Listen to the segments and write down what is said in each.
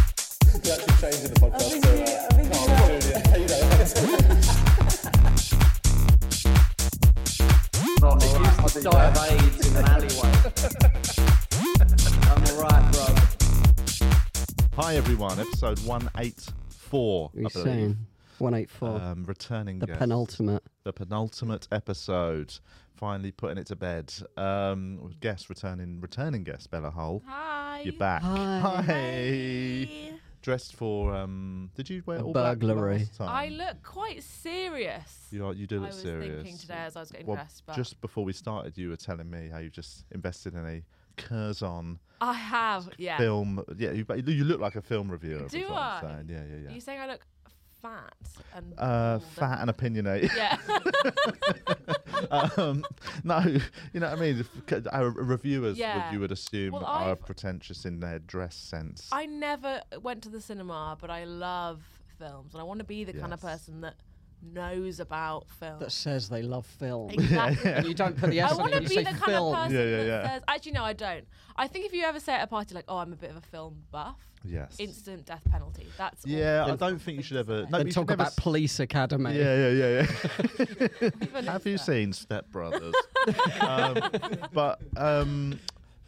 we're actually changing the podcast. think so, we- uh, I think no, we I'm already- yeah, you know, it's- Oh, it gives me die of AIDS in an alleyway. I'm alright, bro. Hi everyone, episode 184, What are I you believe. saying? 184. Um, returning the guest. penultimate. The penultimate episode. Finally putting it to bed. Um, with guest returning, returning guest Bella Hole. Hi. You're back. Hi. Hey. Dressed for um. Did you wear A all black burglary. last time? I look quite serious. You are. You do I look was serious. thinking today as I was getting Well, dressed, but just before we started, you were telling me how you just invested in a Curzon I have. Yeah. film. Yeah, you, but you look like a film reviewer. is Do what I'm I? saying. Yeah, yeah, Are you yeah. saying I look fat and Uh, bald? fat and opinionated. Yeah. um, no, you know what I mean. If- 'cause Our reviewers, Yeah. would, you would assume, Well, are I've- pretentious in their dress sense. I never went to the cinema, but I love films, and I want to be the kind of Yes. person that knows about film. That says they love film. exactly. And you don't put the S I on want to it, you be the say kind film. of person Yeah, yeah, that yeah. says, actually, no, I don't. I think if you ever say at a party, like, oh, I'm a bit of a film buff, yes. instant death penalty. That's all. yeah, I Then- don't think you should ever. Then No, and you should talk never about s- Police Academy. Yeah, yeah, yeah, yeah. Even Have if you that- seen Step Brothers? um, but um,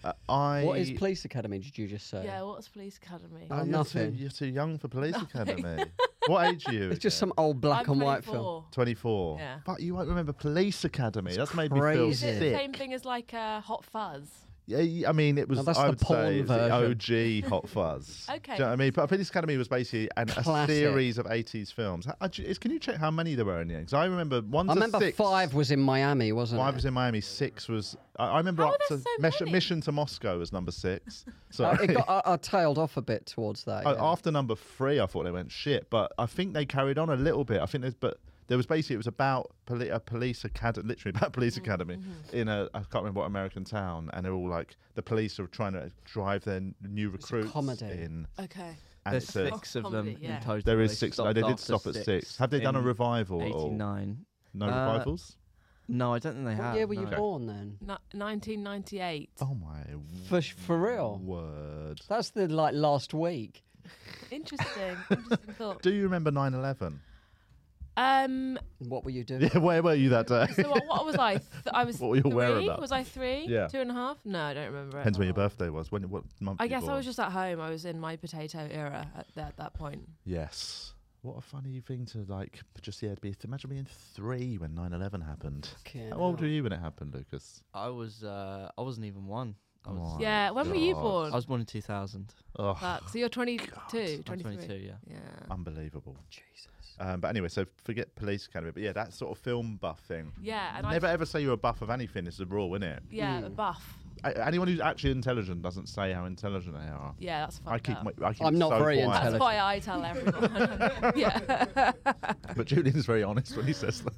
uh, I. What is Police Academy, did you just say? Yeah, what's Police Academy? Oh, you're too- nothing. You're too young for Police Academy. what age are you? It's just again? some old black I'm and white 24. film. 24. Yeah. But you won't remember Police Academy. It's That's made me feel Is Is it sick. the same thing as like uh, Hot Fuzz? Yeah, y- I mean, it was. No, that's I the would porn say it's the version. OG Hot Fuzz. Do Okay. you know what I mean? But Police Academy was basically an, a Classic. series of 80s films. How- I ju- is- can you check how many there were in the end? Because I remember one I to remember six. five was in Miami, wasn't Five it? was in Miami. Six was. I, I remember How up are to there Oh, so Mesh- many? Mission to Moscow was number six. Uh, Sorry. it got, I, I tailed off a bit towards that. Oh, yeah. After number three, I thought they went shit, but I think they carried on a little bit. I think there's, but there was basically it was about poli- a police academy, literally about a police academy in a I can't remember what American town, and they're all like the police are trying to drive their n- new It's a recruits comedy. in. Okay. And There's it's a- six of Comedy, them yeah. in total. there is six. stopped No, they did after stop at six. Have they done a in revival? at all? 89. No Uh, revivals. No, I don't think they What have. year were you no. born then? Ni- 1998. Oh my For, for real? word! That's the like last week. Interesting. Interesting thought. Do you remember 9/11? Um. What were you doing? Yeah, where were you that day? So what, what was I? Th- I was What were you three. aware about? Was I three? Yeah. Two and a half? No, I don't remember. it. Depends when your birthday was. When what month? I you guess I born. was just at home. I was in my potato era at, th- at that point. Yes. What a funny thing to like just yeah be imagine being three when 9-11 happened. Fucking How old hell. were you when it happened, Lucas? I was. Uh, I wasn't even one. I was. Oh, yeah. When were you God. born? I was born in 2000. Oh, Fuck, so you're 22, I'm 23. 22. Yeah. Yeah. unbelievable. Jesus. Um, but anyway, so forget police academy. But yeah, that sort of film buff thing. Yeah. And Never I. ever say you're a buff of anything. It's a rule, isn't it? Yeah. A buff. A- anyone who's actually intelligent doesn't say how intelligent they are. Yeah. That's fucked I keep, up. my, I keep I'm not so very quiet. That's intelligent. why I tell everyone. yeah. but Julian's very honest when he says that.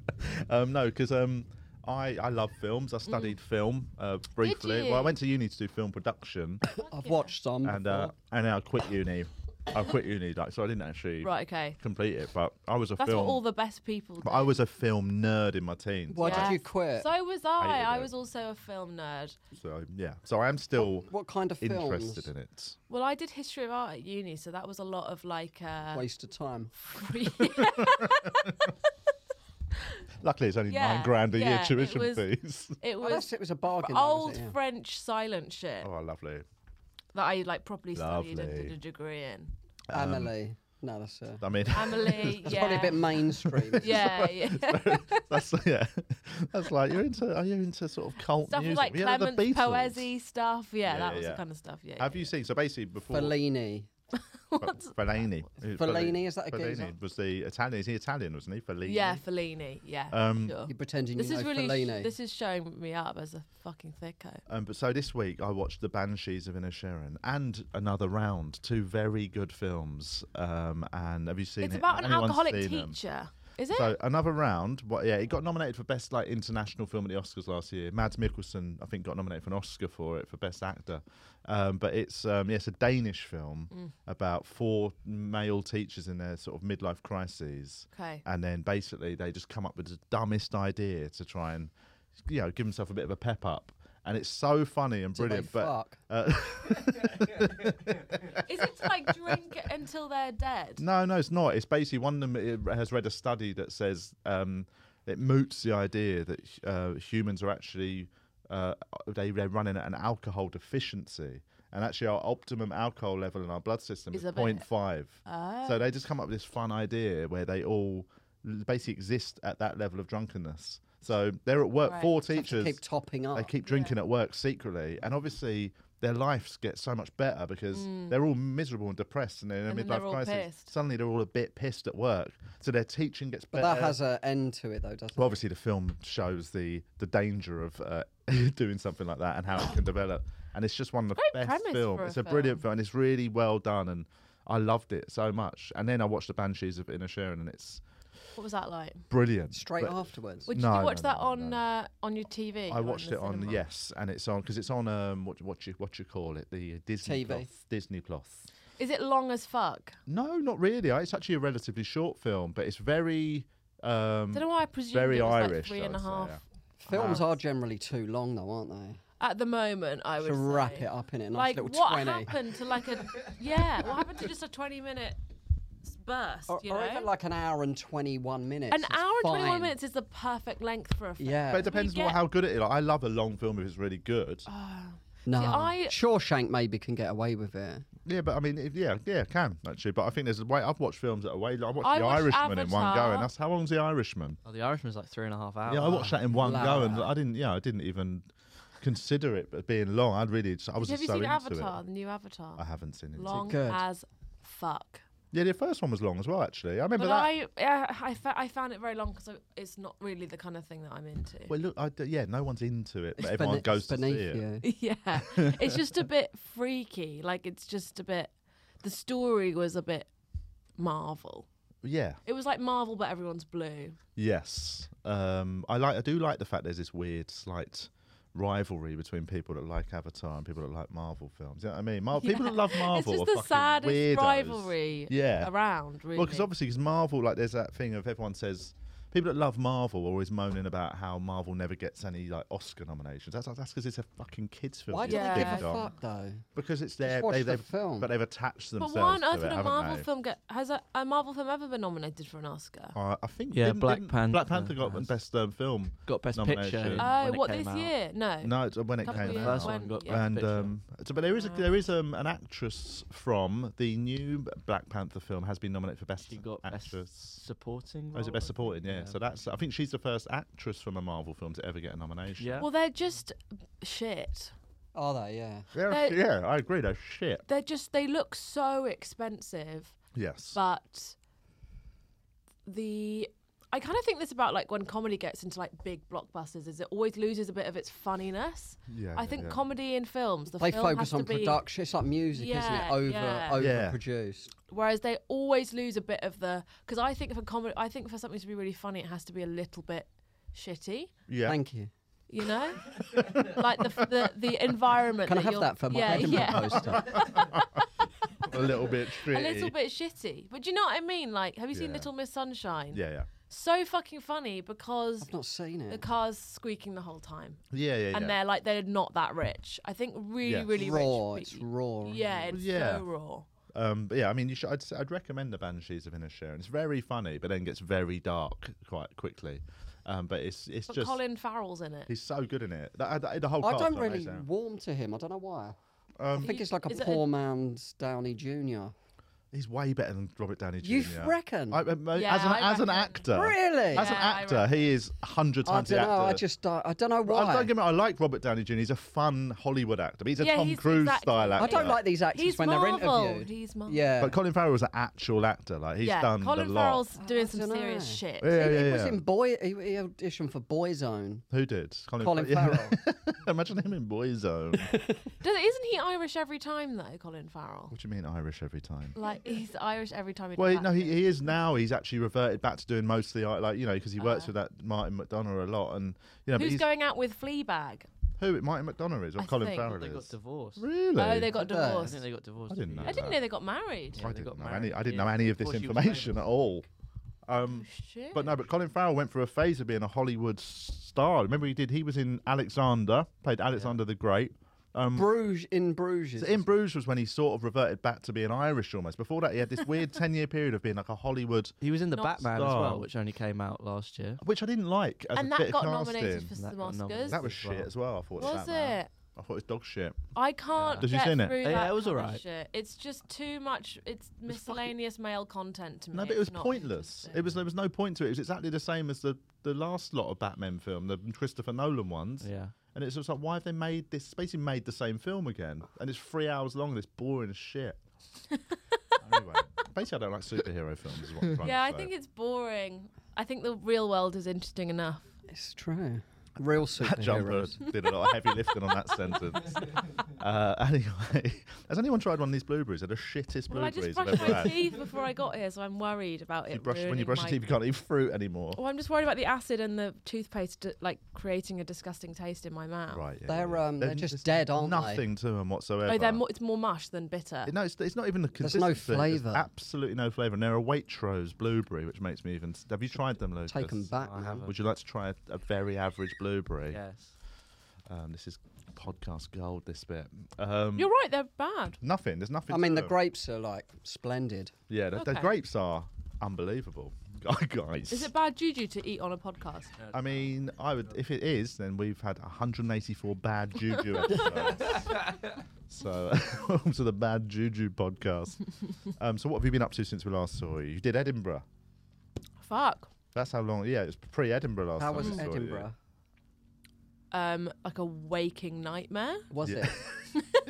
Um, no, because um, I I love films. I studied film uh, briefly. Well, I Mm. you? went to uni to do film production, I've watched some. and uh, and then I quit uni. I quit uni, like so I didn't actually Right. Okay. complete it, but I was a That's film. what all the best people do. but I was a film nerd in my teens. Why Yeah. did you quit? So was I. Hated I it. was also a film nerd. So yeah, so I am still what kind of Oh, films? interested in it. Well, I did history of art at uni, so that was a lot of like. Uh, Waste of time. free- Luckily, it's only nine Yeah, grand a year yeah, it tuition was- fees. it Oh, was that's, it was a bargain. though, was old it? Yeah. French silent shit oh, lovely. that I like properly studied and Lovely. did a degree in. Um, Emily. No, that's uh, I mean, Emily, it's yeah, probably a bit mainstream. yeah, yeah. that's yeah. That's like you're into. Are you into sort of cult stuff music? like We had the Clement Beatles. Poesi stuff. Yeah, Yeah, that yeah, was yeah. the kind of stuff. Yeah. Have you seen? So basically, before Fellini. Fe- Fellaini, Fellaini, is that a Fellaini geezer? was the Italian. Is he Italian? Wasn't he? Fellini. Yeah, Fellini. Yeah. Um, sure. You're pretending This you is know really Fellini. sh- this is showing me up as a fucking thicko. Um, but so this week I watched The Banshees of Inisherin and Another Round, two very good films. Um, and have you seen It's it? about an Anyone's alcoholic seen 'em? teacher, is it? So Another Round, what, yeah, it got nominated for best like international film at the Oscars last year. Mads Mikkelsen, I think, got nominated for an Oscar for it for best actor. Um, but it's um, yeah, it's a Danish film Mm. about four male teachers in their sort of midlife crises. okay. and then basically they just come up with the dumbest idea to try and you know give himself a bit of a pep up and it's so funny and Do they brilliant but fuck? uh, Is it to like drink and until they're dead? No, no, it's not. It's basically one of them uh, has read a study that says um, it moots the idea that uh, humans are actually uh, they they're running at an alcohol deficiency, and actually our optimum alcohol level in our blood system Is is, a bit- 0.5. Ah. So they just come up with this fun idea where they all l- basically exist at that level of drunkenness. So they're at work. Right. Four They have to teachers keep topping Oh, up. they keep drinking at work secretly, and obviously their lives get so much better because they're all miserable and depressed, and they're in a Mm. And then they're midlife all crisis. pissed. Suddenly they're all a bit pissed at work, so their teaching gets but better. that has an end to it, though, doesn't well, obviously the film shows the the danger of uh, doing something like that and how it can develop, and it's just one of the Great best premise films. for a It's a brilliant film, and it's really well done, and I loved it so much. And then I watched the Banshees of Inner Sharon, and it's What was that like? brilliant. it? Straight But- afterwards. Would No, you no, watch no, that no, on no. Uh, on your TV? or I in watched the it on cinema? yes, and it's on because it's on um what what you what you call it the uh, Disney TV. Plus Disney Plus. Is it long as fuck? No, not really. I- It's actually a relatively short film, but it's very um I don't know why I presumed very it was like Irish, three I and a would say, half. yeah. Films are generally too long, though, aren't they? At the moment, I would To wrap say. it up in it, nice Like little what twenty. happened to like a yeah? What happened to just a twenty minute s- burst? Or, you or know, even like an hour and twenty-one minutes. an is hour and twenty one fine. minutes is the perfect length for a film. Yeah. But it depends get- Oh. on how good it is. Like, I love a long film if it's really good. no. I- Shawshank maybe can get away with it. yeah, but I mean, if, yeah, yeah, it can actually. But I think there's a way. I've watched films that are way. Like, I watched I The watched Irishman in one go, Avatar. Oh, and that's how long's The Irishman? Oh, The Irishman's like three and a half hours. Yeah, I watched that in one go, and Wow. I didn't. Yeah, I didn't even consider it but being long. I'd really. I was Have just you so seen into Avatar, it. the new Avatar? I haven't seen it. Long Good. as fuck. Yeah, the first one was long as well. Actually, I remember But that. I, yeah, I, fa- I found it very long because it's not really the kind of thing that I'm into. Well, look, I d yeah, no one's into it, but It's everyone bene- goes it's to see it. beneath you. yeah, it's just a bit freaky. Like it's just a bit. The story was a bit Marvel. Yeah. It was like Marvel, but everyone's blue. Yes. Um, I like. I do like the fact there's this weird, slight rivalry between people that like Avatar and people that like Marvel films. You know what I mean? Mar- People that love Marvel. it's just are the fucking saddest weirdos. rivalry Yeah. around. Really. Well, because obviously, because Marvel, like, there's that thing of everyone says. People that love Marvel are always moaning about how Marvel never gets any like Oscar nominations. That's that's because it's a fucking kids film. Why it's do Yeah. they ding give a dong. fuck though? Because it's their watch they, the they've film. but they've attached but themselves. why on to earth it, would a haven't Marvel they? film get has a, a Marvel film ever been nominated for an Oscar? Uh, I think Yeah, didn't- Black didn't- Panther Black Panther got has. best um, film. Got best Nomination. picture. in- Oh, when it what came this out. year? No. No, it's when it Couple came years out. First one when- got yeah. and picture. um, so- but there is a, there is um, an actress from the new Black Panther film has been nominated for best She got best actress. supporting. Oh, is role, I it best think? supporting? Yeah. So that's I think she's the first actress from a Marvel film to ever get a nomination. Yeah. Well, they're just shit. Are they? Yeah. Yeah, They- yeah, I agree. They're shit. They're just they look so expensive. Yes. but the I kind of think this about like when comedy gets into like big blockbusters is it always loses a bit of its funniness. Yeah, I yeah, think yeah. comedy in films the They film has focus to on be production. It's like music, Yeah, isn't it? yeah. Over Yeah. overproduced. whereas they always lose a bit of the because I think for comedy I think for something to be really funny it has to be a little bit shitty, yeah. Thank you. you know, like the, f- the the environment. Can I that have you're- that for my Oh, yeah Edinburgh yeah poster? a little bit shitty. a little bit shitty. But do you know what I mean? Like, have you seen Yeah. Little Miss Sunshine? Yeah, yeah, So fucking funny because I've not seen the it. car's squeaking the whole time. yeah, yeah, yeah. and they're like they're not that rich. I think really, Yeah. really raw. rich. It's people- raw. isn't Yeah, it? it's Yeah. so raw. Um, but yeah, I mean, you should. I'd, s- I'd recommend the Banshees of Inisherin. It's very funny, but then gets very dark quite quickly. Um, but it's it's But just Colin Farrell's in it. he's so good in it. That, that- the whole I cast don't are really amazing. warm to him. I don't know why. I Um, think it's like a Is it a- poor man's Downey Jr. He's way better than Robert Downey Jr. You reckon? I, um, uh, Yeah, as, an, I as an reckon. actor, Really? as an Yeah, I actor, he is hundred I times don't the actor. know. I just don't, I don't know But I, why. don't get me. wrong, I like Robert Downey Jr. He's a fun Hollywood actor, but he's a Yeah, Tom he's- Cruise style actor. exactly. I don't like these actors He's when Marvel. they're interviewed. He's Marvel. Yeah. But Colin Farrell is an actual actor. Like he's yeah. done Colin a lot. Farrell's doing some Oh, dunno. serious shit. yeah, he, yeah, he yeah. was in Boy. He, he auditioned for Boyzone. Who did? Colin Far- yeah. Farrell. Imagine him in Boyzone. Does, isn't he Irish every time though, Colin Farrell? what do you mean Irish every time? Like he's Irish every time. He Well, he- does no, he, acting. he is now. He's actually reverted back to doing mostly uh, like you know because he works with that Martin McDonough a lot, and you know but Who's he's, going out with Fleabag? who it Martin McDonough is or I Colin think- Farrell They got is. divorced. Really? Oh, they got Did they? I divorced. think they got divorced. I didn't a few know I years didn't ago. that. know they got married. Yeah, they I didn't got know married, any. I didn't yeah. know any of Before this she was famous. information at all. Um, Oh, Shit. but no, but Colin Farrell went through a phase of being a Hollywood star. Remember, he did. He was in Alexander, played Alexander the Great. Um, Bruges in Bruges. so in Bruges was when he sort of reverted back to being Irish almost. Before that, he had this weird 10 year period of being like a Hollywood, He was in the Not Batman as Star. well, which only came out last year. which I didn't like as and a bit that of got casting. nominated for That some got Oscars. nominated. that was as shit well. as well. I thought it was, was Batman. it? I thought it was dog shit. I can't Did you get seen it? through Yeah, that. it was kind of alright. shit. It's just too much. It's miscellaneous male content to me. No, but it It's was not pointless. It interesting. was there was no point to it. It was exactly the same as the the last lot of Batman film, the Christopher Nolan ones. Yeah. And it's just like, why have they made this? It's basically made the same film again, and it's three hours long. and It's boring as shit. anyway, basically, I don't like superhero films. Is what I'm trying Yeah, to I say. think it's boring. I think the real world is interesting enough. It's true. Real That jumper superheroes. did a lot of heavy lifting on that sentence. Uh, anyway, has anyone tried one of these blueberries? They're the shittest Well, I blueberries just I've brushed ever my had. teeth before I got here, so I'm worried about it. You brush, when you ruining brush my- your teeth, you can't eat fruit anymore. Well, I'm just worried about the acid and the toothpaste, d- like creating a disgusting taste in my mouth. Right, yeah, They're, yeah. um, they're There's just dead, aren't they? Nothing to them whatsoever. Oh, they're mo- it's more mush than bitter. No, it's, it's not even the There's consistency. no flavour. Absolutely no flavour. And they're a Waitrose blueberry, which makes me even. Have you tried them, Lucas? Take them back. I now. haven't. Would you like to try a, a very average blueberry? Yes. Um, this is podcast gold. This bit. Um, You're right, they're bad. Nothing. There's nothing. I to mean, the them. grapes are like splendid. Yeah, the, the Okay. grapes are unbelievable, guys. Is it bad juju to eat on a podcast? I mean, I would. If it is, then we've had 184 bad juju episodes. so, welcome to the Bad Juju podcast. Um, so, what have you been up to since we last saw you? You did Edinburgh. Fuck. That's how long. Yeah, it was pre-Edinburgh last How time. was we saw you. Edinburgh? Um, like a waking nightmare. Was Yeah. it?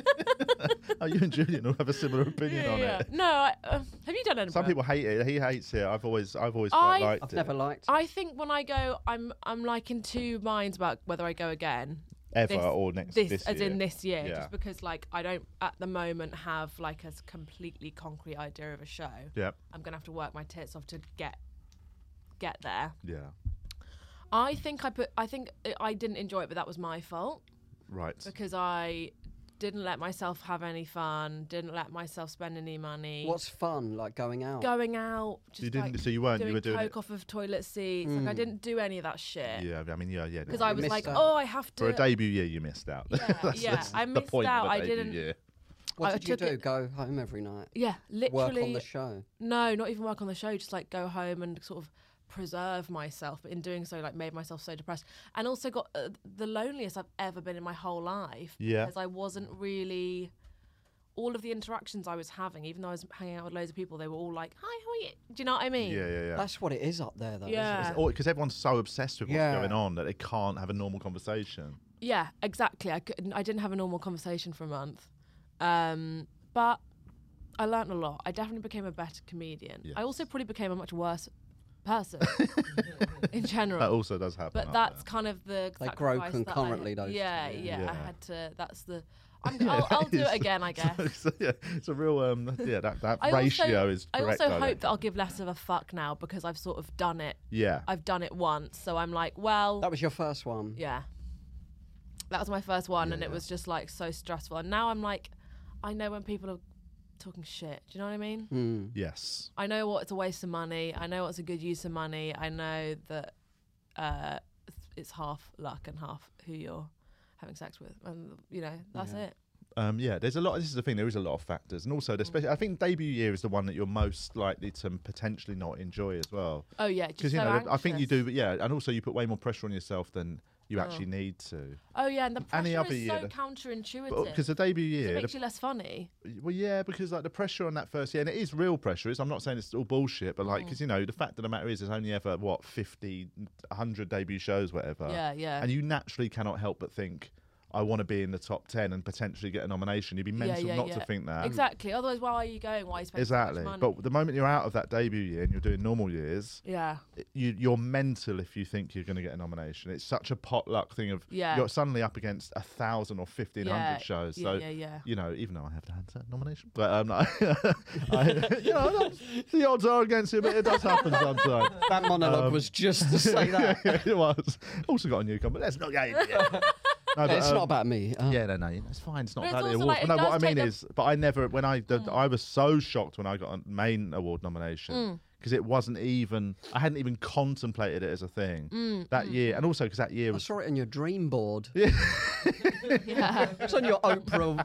Oh, you and Julian will have a similar opinion on it. No, I, uh, have you done Edinburgh? Some people hate it. He hates it. I've always, I've always quite I- liked I've it. never liked. I think when I go, I'm I'm like in two minds about whether I go again. ever this- or next This, this, as year. in this year, Yeah. just because like I don't at the moment have like a s- completely concrete idea of a show. Yep. I'm gonna have to work my tits off to get get there. Yeah. I think I put. I think I- I didn't enjoy it, but that was my fault Right. because I didn't let myself have any fun. Didn't let myself spend any money. What's fun? Like going out. going out? Just You didn't. like, Oh. so you weren't. doing You were doing coke it. off of toilet seats. Like I didn't do any of that shit. Yeah. I mean, yeah, yeah. Because no. I Hmm. You was missed like, out. oh, I have to. for a debut year, you missed out. Yeah, that's, yeah, that's I the missed point out. Of a I debut didn't- Year. What I did you took do? it- Go home every night. Yeah, Work on literally. the show. no, not even work on the show. Just like go home and sort of preserve myself. But in doing so, like made myself so depressed, and also got uh, the loneliest I've ever been in my whole life. Yeah. because I wasn't really. All of the interactions I was having, even though I was hanging out with loads of people, they were all like, "Hi, how are you?" Do you know what I mean? Yeah, yeah, yeah. That's what it is up there, though. isn't it? Yeah. Because everyone's so obsessed with what's Yeah. going on that they can't have a normal conversation. Yeah, exactly. I couldn't. I didn't have a normal conversation for a month, um, but I learnt a lot. I definitely became a better comedian. I also probably became a much worse person in That general. also does happen. But up that's kind of the They sacrifice grow that I- concurrently, those two, yeah, yeah. yeah, I Yeah. had to. That's the. I'm, I'll, I'll do it again, I guess. there. So, yeah, it's a real um. Yeah, that that I also- ratio is. I correct, also I hope think. that I'll give less of a fuck now because I've sort of done it. Yeah. I've done it once, so I'm like, well, That was your first one. Yeah. That was my first one, and it was just like so stressful. And now I'm like, I know when people are talking shit. Do you know what I mean? Hmm. Yes. I know what's a waste of money. I know what's a good use of money. I know that uh, it's half luck and half who you're having sex with. And, you know, that's it. Um, yeah, there's a lot. This is the thing. There is a lot of factors, and also, Mm. especially, I think debut year is the one that you're most likely to potentially not enjoy as well. Oh, yeah. Just Because you so know, I think you anxious. do. But yeah, and also you put way more pressure on yourself than you actually need to. Oh, yeah. And the pressure Any other is year so that- counterintuitive. Because the debut it year, the makes you less funny. Well, yeah, because like the pressure on that first year, and it is real pressure. It's, I'm not saying it's all bullshit, but Mm. like, because you know, the fact of the matter is, there's only ever what 50, 100 debut shows, whatever. Yeah, yeah. And you naturally cannot help but think, I want to be in the top ten and potentially get a nomination. You'd be Yeah, mental yeah, not yeah. to think that. Exactly. Otherwise, why are you going? Why are you spending so much um, Exactly. money? But the moment you're out of that debut year and you're doing normal years, yeah. it- you, you're mental if you think you're going to get a nomination. It's such a potluck thing of Yeah. you're suddenly up against a thousand or fifteen hundred Yeah, shows. yeah, so yeah, yeah. you know, even though I have had that nomination, but um, like, I, you know, that's- the odds are against you, but it does happen sometimes. That monologue Um, was just to say that. it was also got a new comment. Let's not get into it. No, but, it's not um, about me. Uh, yeah, no, no, it's fine. It's not But it's about the also award. like, it no, what I does mean take Mm. the- Mm. is, but I never, when I, the, I was so shocked when I got a main award nomination because it wasn't even I hadn't even contemplated it as a thing Mm. that year, and also because that year I was saw it on your dream board. Yeah. It's on your Oprah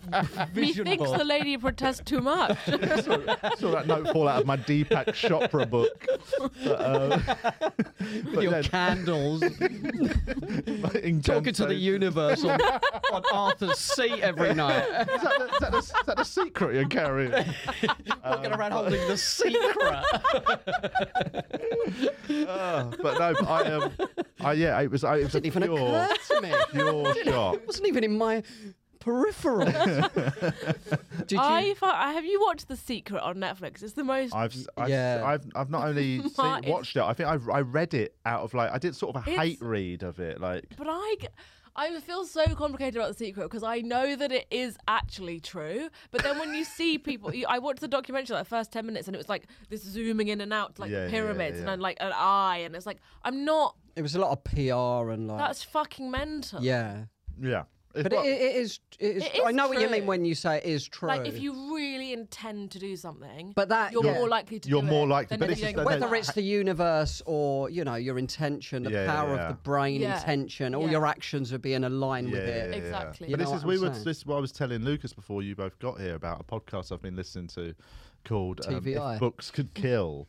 vision Methinks board. the lady protests too much. saw that note fall out of my Deepak Chopra book. But, um, With but your then- candles, talking to the incantation- universe on, on Arthur's seat every Um, night. Is that the, is that the, is that the secret you're carrying? Walking around holding the secret. Uh, but no, but I um, I yeah, it was I, it was a Didn't even pure, occur to me. pure shock. wasn't even in my peripheral. Did you? I, fi- I have you watched The Secret on Netflix? It's the most. I've, s- I've, yeah. yeah. I've, I've not only seen, Martin. watched it, I think I've, I read it out of like, I did sort of a It's- hate read of it. Like, But I, g- I feel so complicated about The Secret because I know that it is actually true. But then when you see people, you, I watched the documentary like the first 10 minutes and it was like this zooming in and out to, like Yeah, yeah, the yeah, pyramids and yeah. then like an eye. And it's like, I'm not. It was a lot of PR and like. That's fucking mental. yeah. yeah. It's But not- it, it is. It is, It is I know what you true. mean when you say it is true. Like if you really intend to do something, But that- you're yeah. more likely to. You're do more it likely- than but if it's you just don't that- do whether that. it's the universe or you know your intention, the Yeah, yeah, power yeah. of the brain Yeah. intention, all Yeah. your actions would be in aligned yeah, with yeah, it. yeah, yeah. Exactly. You But this know is what we I'm were saying? this is what I was telling Lucas before you both got here about a podcast I've been listening to called um, TVI. If Books Could Kill,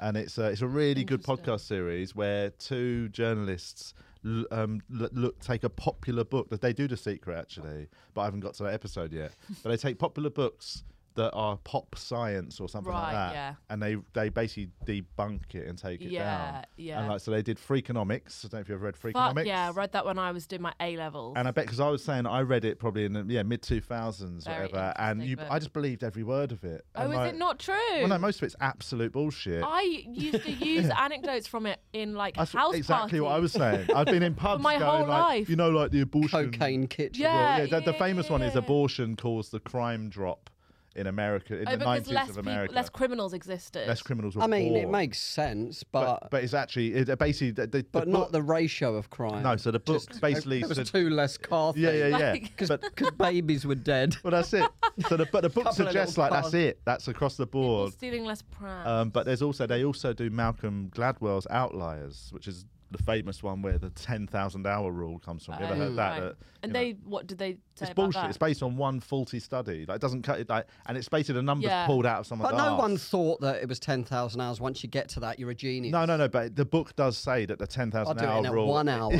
and it's a, it's a really good podcast series where two journalists l- um, l- look take a popular book that they do the secret actually, but I haven't got to that episode yet. but they take popular books that are pop science or something like Right, that, yeah. and they they basically debunk it and take it Yeah, down. yeah. And like so, they did Freakonomics. I don't know if you've ever read Freakonomics. Fuck yeah, I read that when I was doing my A levels. And I bet because I was saying I read it probably in the yeah mid two thousands Very whatever, and interesting you book. I just believed every word of it. oh, And, is like- it not true? Well, no, most of it's absolute bullshit. I used to use anecdotes from it in like That's house exactly what I was parties. saying. I've been in pubs my going whole like, life. you know, like the abortion. Cocaine kitchen. Yeah. Well, yeah, the, the yeah, famous yeah, one yeah, is yeah. abortion caused the crime drop in America in Oh, the because nineties less of people, America. less criminals existed. Less criminals. Were I mean, it born. makes sense, but But, but, but it's actually it, uh, basically the, the, the not book- the ratio of crime. no. So the book basically there was said- two less car yeah yeah yeah. Like- because but babies were dead. well, that's it. So the, but the book Couple of suggests little like that's cars. it. That's across the People board. stealing less prams. Um, but there's also they also do Malcolm Gladwell's Outliers, which is the famous one where the ten thousand hour rule comes from. You ever Oh, heard that? right. That, and you know, they, what did they say it's about bullshit. that? It's based on one faulty study. Like it doesn't cut it. Like and it's basically the numbers Yeah. pulled out of someone's. But no arse. one thought that it was ten thousand hours. Once you get to that, you're a genius. No, no, no. But the book does say that the ten I'll thousand do it in hour a rule. one hour,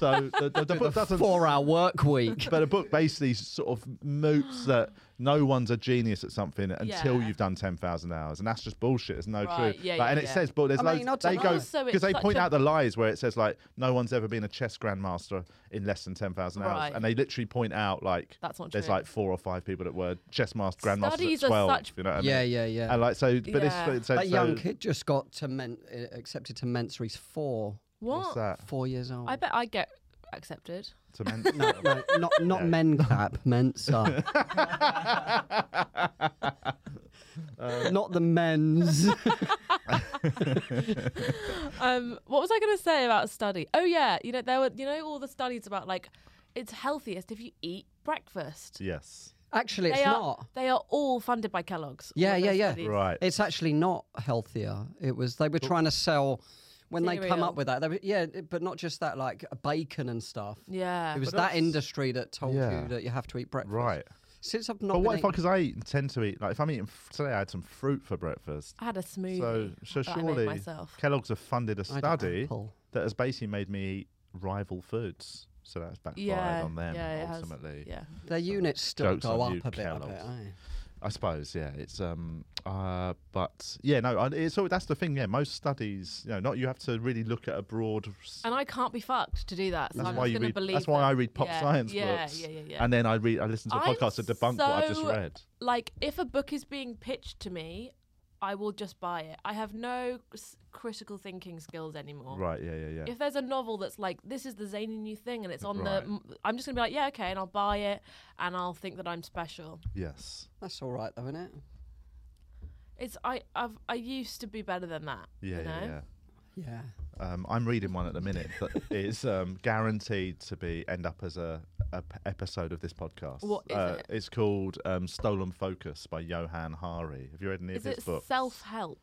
So the, the, the book doesn't. four hour work week. But the book basically sort of moots that no one's a genius at something until Yeah. you've done ten thousand hours, and that's just bullshit. It's no Right, truth. yeah, Like, yeah, and it yeah. says, but there's I loads. mean, not they to go lie. Also, because it's they such point a- out the lies where it says like no one's ever been a chess grandmaster in less than ten thousand hours, Right. and they literally point out like That's not there's true. like four or five people that were chess master grandmasters Studies at are twelve. such- You know what I mean? yeah, yeah, yeah. And like so, but Yeah. it's so, that young so- kid just got to men- uh, accepted to Mensaries four. What's what? that? Four years old. I bet I get accepted. To men- No, no, not not men clap, Mensa. not the men's. Um, what was I going to say about a study? Oh yeah, you know there were you know all the studies about like it's healthiest if you eat breakfast. yes. Actually, it's they are not. they are all funded by Kellogg's. all Yeah, of yeah, those yeah. studies. Right. It's actually not healthier. It was they were trying to sell when they come Cereal. up with that. They were, yeah, it- but not just that, like bacon and stuff. Yeah. It was But that that's- industry that told Yeah. you that you have to eat breakfast. Right. Since I've not. But been what if I, eating- because I eat- tend to eat, like if I'm eating, f- today I had some fruit for breakfast. I had a smoothie. So, so that I made surely myself. Kellogg's have funded a I had an study apple. that has basically made me eat rival foods. So that's backfired yeah, on them yeah, it has. ultimately. Yeah. Their units still Jokes go on up you, a bit. I Kellogg's. bet, eh? aye. I suppose, yeah. It's um, uh, but yeah, no. and It's so that's the thing. Yeah, most studies, you know, not you have to really look at a broad. s- And I can't be fucked to do that. So That's I'm why just you going to read. believe. That's why I them. read pop Yeah, science yeah, books. Yeah, yeah, yeah. And then I read. I listen to a I'm podcast to debunk what I just so read. like if a book is being pitched to me, I will just buy it. I have no s- critical thinking skills anymore. Right. Yeah. Yeah. Yeah. If there's a novel that's like this is the zany new thing and it's on Right. the, m- I'm just gonna be like yeah okay and I'll buy it and I'll think that I'm special. yes. That's all right, though, isn't it? It's I I've I used to be better than that. Yeah. you Yeah. know? yeah. Yeah. Um, I'm reading one at the minute that is um, guaranteed to be end up as a a p- episode of this podcast. Uh, What is it? It's called um, "Stolen Focus" by Johan Hari. Have you read any Is of his it books? self help?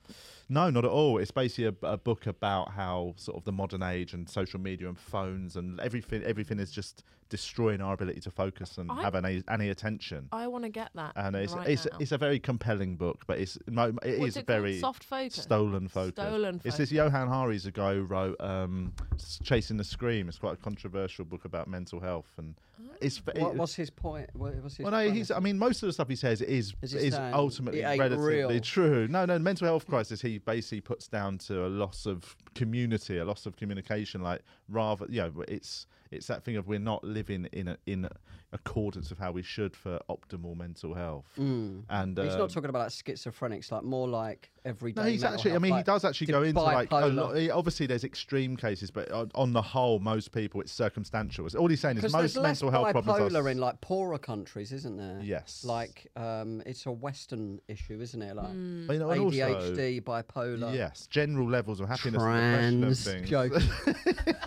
No, not at all. It's basically a, a book about how sort of the modern age and social media and phones and everything everything is just destroying our ability to focus and I- have any, any attention. I want to get that. and it's right it's now. it's a very compelling book, but it's no, it What's is it called? very soft focus. stolen focus. Stolen It's this Johan Hari's a guy who wrote um, S- Chasing the Scream. It's quite a controversial book about mental health, and it's it- What was his point? What was his well, no, premise? he's. I mean, most of the stuff he says is Is is, he saying ultimately it ain't relatively real? true. No, no, mental health crisis. He basically puts down to a loss of community, a loss of communication. Like rather, you know, it's it's that thing of we're not living in a, in accordance with how we should for optimal mental health. And Mm. He's um, not talking about like schizophrenics, like more like everyday. no, he's mental actually. I health, mean, he like, does actually di- go into like a bipolar. lot. he- Obviously, there's extreme cases, but on, on the whole, most people it's circumstantial. It's- All he's saying is 'Cause most there's less mental health problems bipolar are in like poorer countries, isn't there? Yes. Like, um, it's a Western issue, isn't it? Like But, you know, and also- ADHD, bipolar. Yes, general levels of happiness. and depression and Trans things.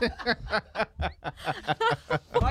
joke. I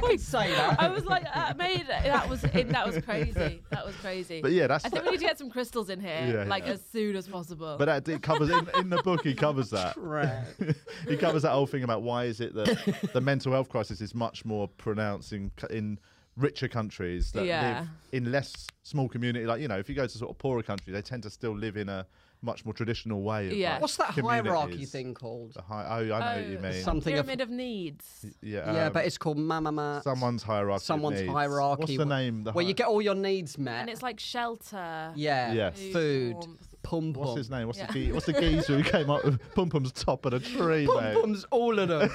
could say that. I was like, that made that was it, that was crazy. That was crazy. But yeah, that's. I think we need to get some crystals in here, Yeah, like yeah. as soon as possible. but uh, that it covers in, in the book. He covers that. Right. he covers that whole thing about why is it that the mental health crisis is much more pronounced in c- in richer countries that Yeah. live in less small community. Like you know, if you go to sort of poorer countries, they tend to still live in a much more traditional way. Of, Yeah. like, What's that hierarchy communities. thing called? The hi- oh, I know what you Oh, mean. Something of- pyramid of, needs. yeah, yeah, um, but it's called Mamma someone's hierarchy. of someone's needs. What's hierarchy. the wh- name? The where you hi- get all your needs met. And it's like shelter. yeah, Yes. food, Warmth. pum What's pum. his name? What's Yeah. the ge- what's the geezer who came up with Pum Pum's top of a tree, mate? Pums, all of them.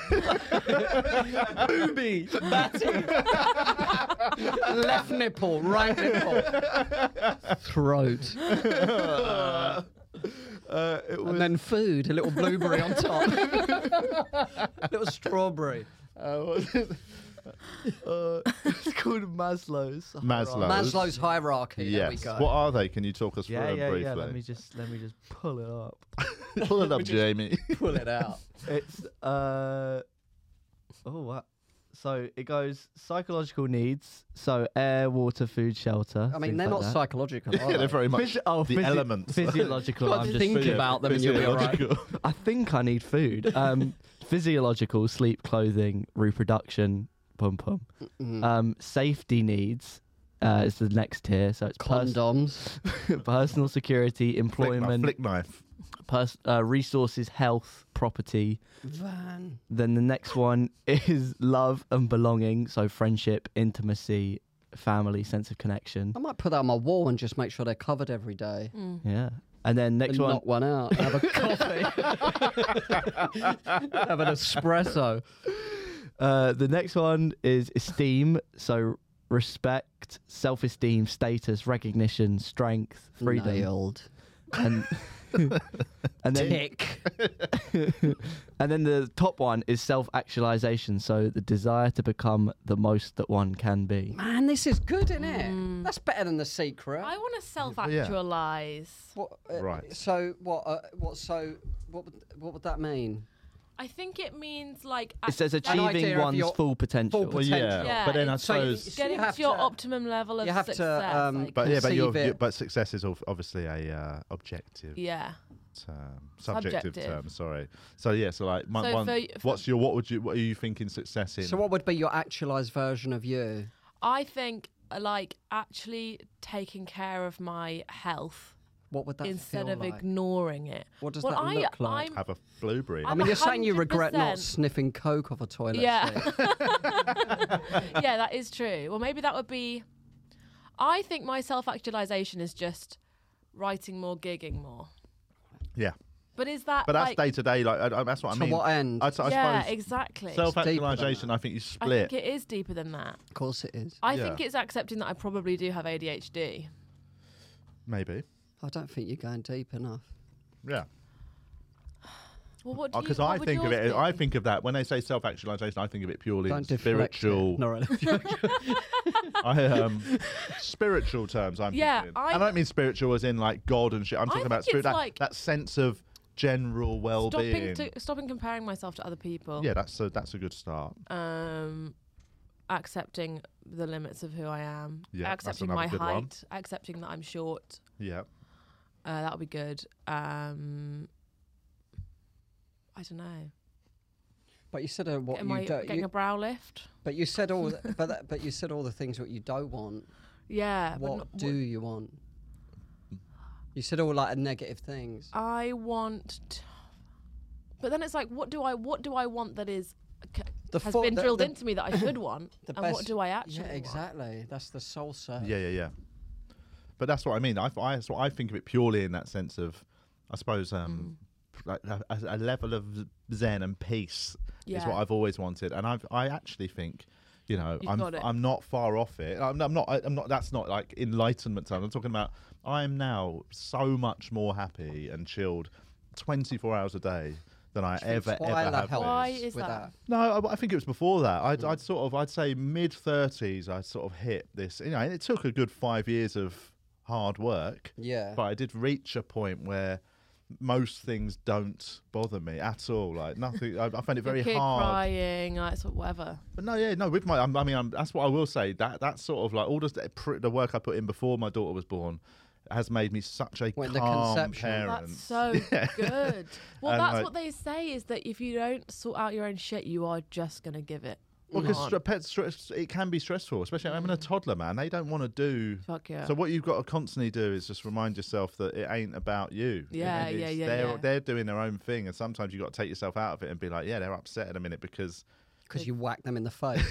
Booby, batty, left nipple, right nipple, throat, Uh, it was, and then food. A little blueberry on top, little strawberry. uh, what's his- uh, it's called Maslow's. Maslow. Maslow's hierarchy. There we yes. go. What are they? Can you talk us through Yeah, them yeah, briefly? yeah. Let me just let me just pull it up. Pull it up, Jamie. Pull it out. It's uh oh what. So it goes psychological needs, so air, water, food, shelter. I mean, things they're like not that. psychological. Are yeah, they? they're very much Physi- oh, the physi- elements. Physiological. God, I'm just, think about them and you'll be alright. Physiological. I think I need food. Um, physiological, sleep, clothing, reproduction, pum pum. Mm. Um, safety needs uh, is the next tier. So it's pers- Condoms. personal security, Flick knife, employment, flick knife. pers- uh, resources, health, property. Van. Then the next one is love and belonging. So friendship, intimacy, family, sense of connection. I might put that on my wall and just make sure they're covered every day. Mm. Yeah. Mm. And then next and one, knock one out. Have a coffee. have an espresso. uh, the next one is esteem. So respect, self-esteem, status, recognition, strength, freedom, Nailed. and and then Tick. and then the top one is self-actualization. So the desire to become the most that one can be. Man, this is good, isn't it? That's better than the secret. Mm. I want to yeah. self-actualize. What, uh, Right. So what? Uh, what? So what? Would, what would that mean? I think it means like It says accept- idea achieving of one's your full potential. potential. Well, yeah. Potential. Yeah, But then I it's- so you- suppose. getting have to your to- optimum level of you have to, success. um, like- But yeah, but you're, Conceive you it. but success is ob- obviously a uh, objective yeah. term, subjective, Subjective. term. Sorry. So yeah, so like, my, So one, for y- for- what's your what would you what are you thinking success in? So what would be your actualized version of you? I think uh, like actually taking care of my health What would that instead feel of like? ignoring it. What does Well, that I- look like? I'm- have a blueberry. I mean, you're saying you regret not 100%. sniffing coke off a toilet Yeah. seat. yeah, that is true. Well, maybe that would be. I think my self actualization is just writing more, gigging more. yeah. But is that But that's like, day to day. Like I, I- that's what I To mean. what end? I, I yeah, suppose exactly. self deeper than actualization. I think you I split. think it is deeper than that. Of course it is. I Yeah. think it's accepting that I probably do have ADHD. Maybe. I don't think you're going deep enough. Yeah. Well, what do you? Because what Oh, I would think of yours it. I be? think of that when they say self actualization. I think of it purely in Don't deflect it. spiritual. No, right. I, um, spiritual terms. I'm Yeah, thinking. I- I don't mean spiritual as in like God and shit. I'm talking think about spirit. it's That, like- that sense of general well stopping being. to, stopping comparing myself to other people. Yeah, that's a that's a good start. Um, accepting the limits of who I am, Yeah, that's accepting another my good one. height, accepting that I'm short. Yeah. Uh, that'll be good. Um, I don't know. But you said uh, what Am you I don't. getting you- a brow lift? but you said all. th- but that, but you said all the things what you don't want. Yeah. Uh, but what not- do you want? You said all like negative things. I want. T- but then it's like, what do I? What do I want that is c- The has fo- been the- drilled the- into me that I should want, the and what best- do I actually? Yeah, want? exactly. That's the soul search. Yeah, yeah, yeah. But that's what I mean. I, I that's what I think of it purely in that sense of, I suppose, Hmm. um, like a, a a level of zen and peace is Yeah. what I've always wanted, and I've I actually think. You know, You've I'm got it. I'm not far off it. I'm, I'm not. I'm not. That's not like enlightenment time. I'm talking about. I am now so much more happy and chilled, 24 hours a day than I ever ever Twilight have. helps been. Why is with that? No, I, I think it was before that. Mm. I'd, I'd sort of, I'd say mid thirties. I sort of hit this, you know, and it took a good five years of hard work, Yeah. but I did reach a point where most things don't bother me at all. Like nothing, I, I find it Your very kid hard. crying, like sort of whatever. But no, yeah, no. With my, I'm- I mean, I'm, that's what I will say. That that sort of like all this, pr- the work I put in before my daughter was born has made me such a When the calm conception- parent. That's so good. Well, And, that's like- what they say is that if you don't sort out your own shit, you are just gonna give it. Well, because on. pets, stress, it can be stressful, especially I'm in a toddler, man. They don't want to do. Fuck Mm. yeah. So what you've got to constantly do is just remind yourself that it ain't about you. You know, Yeah, yeah, it's- yeah, They're yeah. they're doing their own thing, and sometimes you've got to take yourself out of it and be like, yeah, they're upset in a minute because. Because you whack them in the face.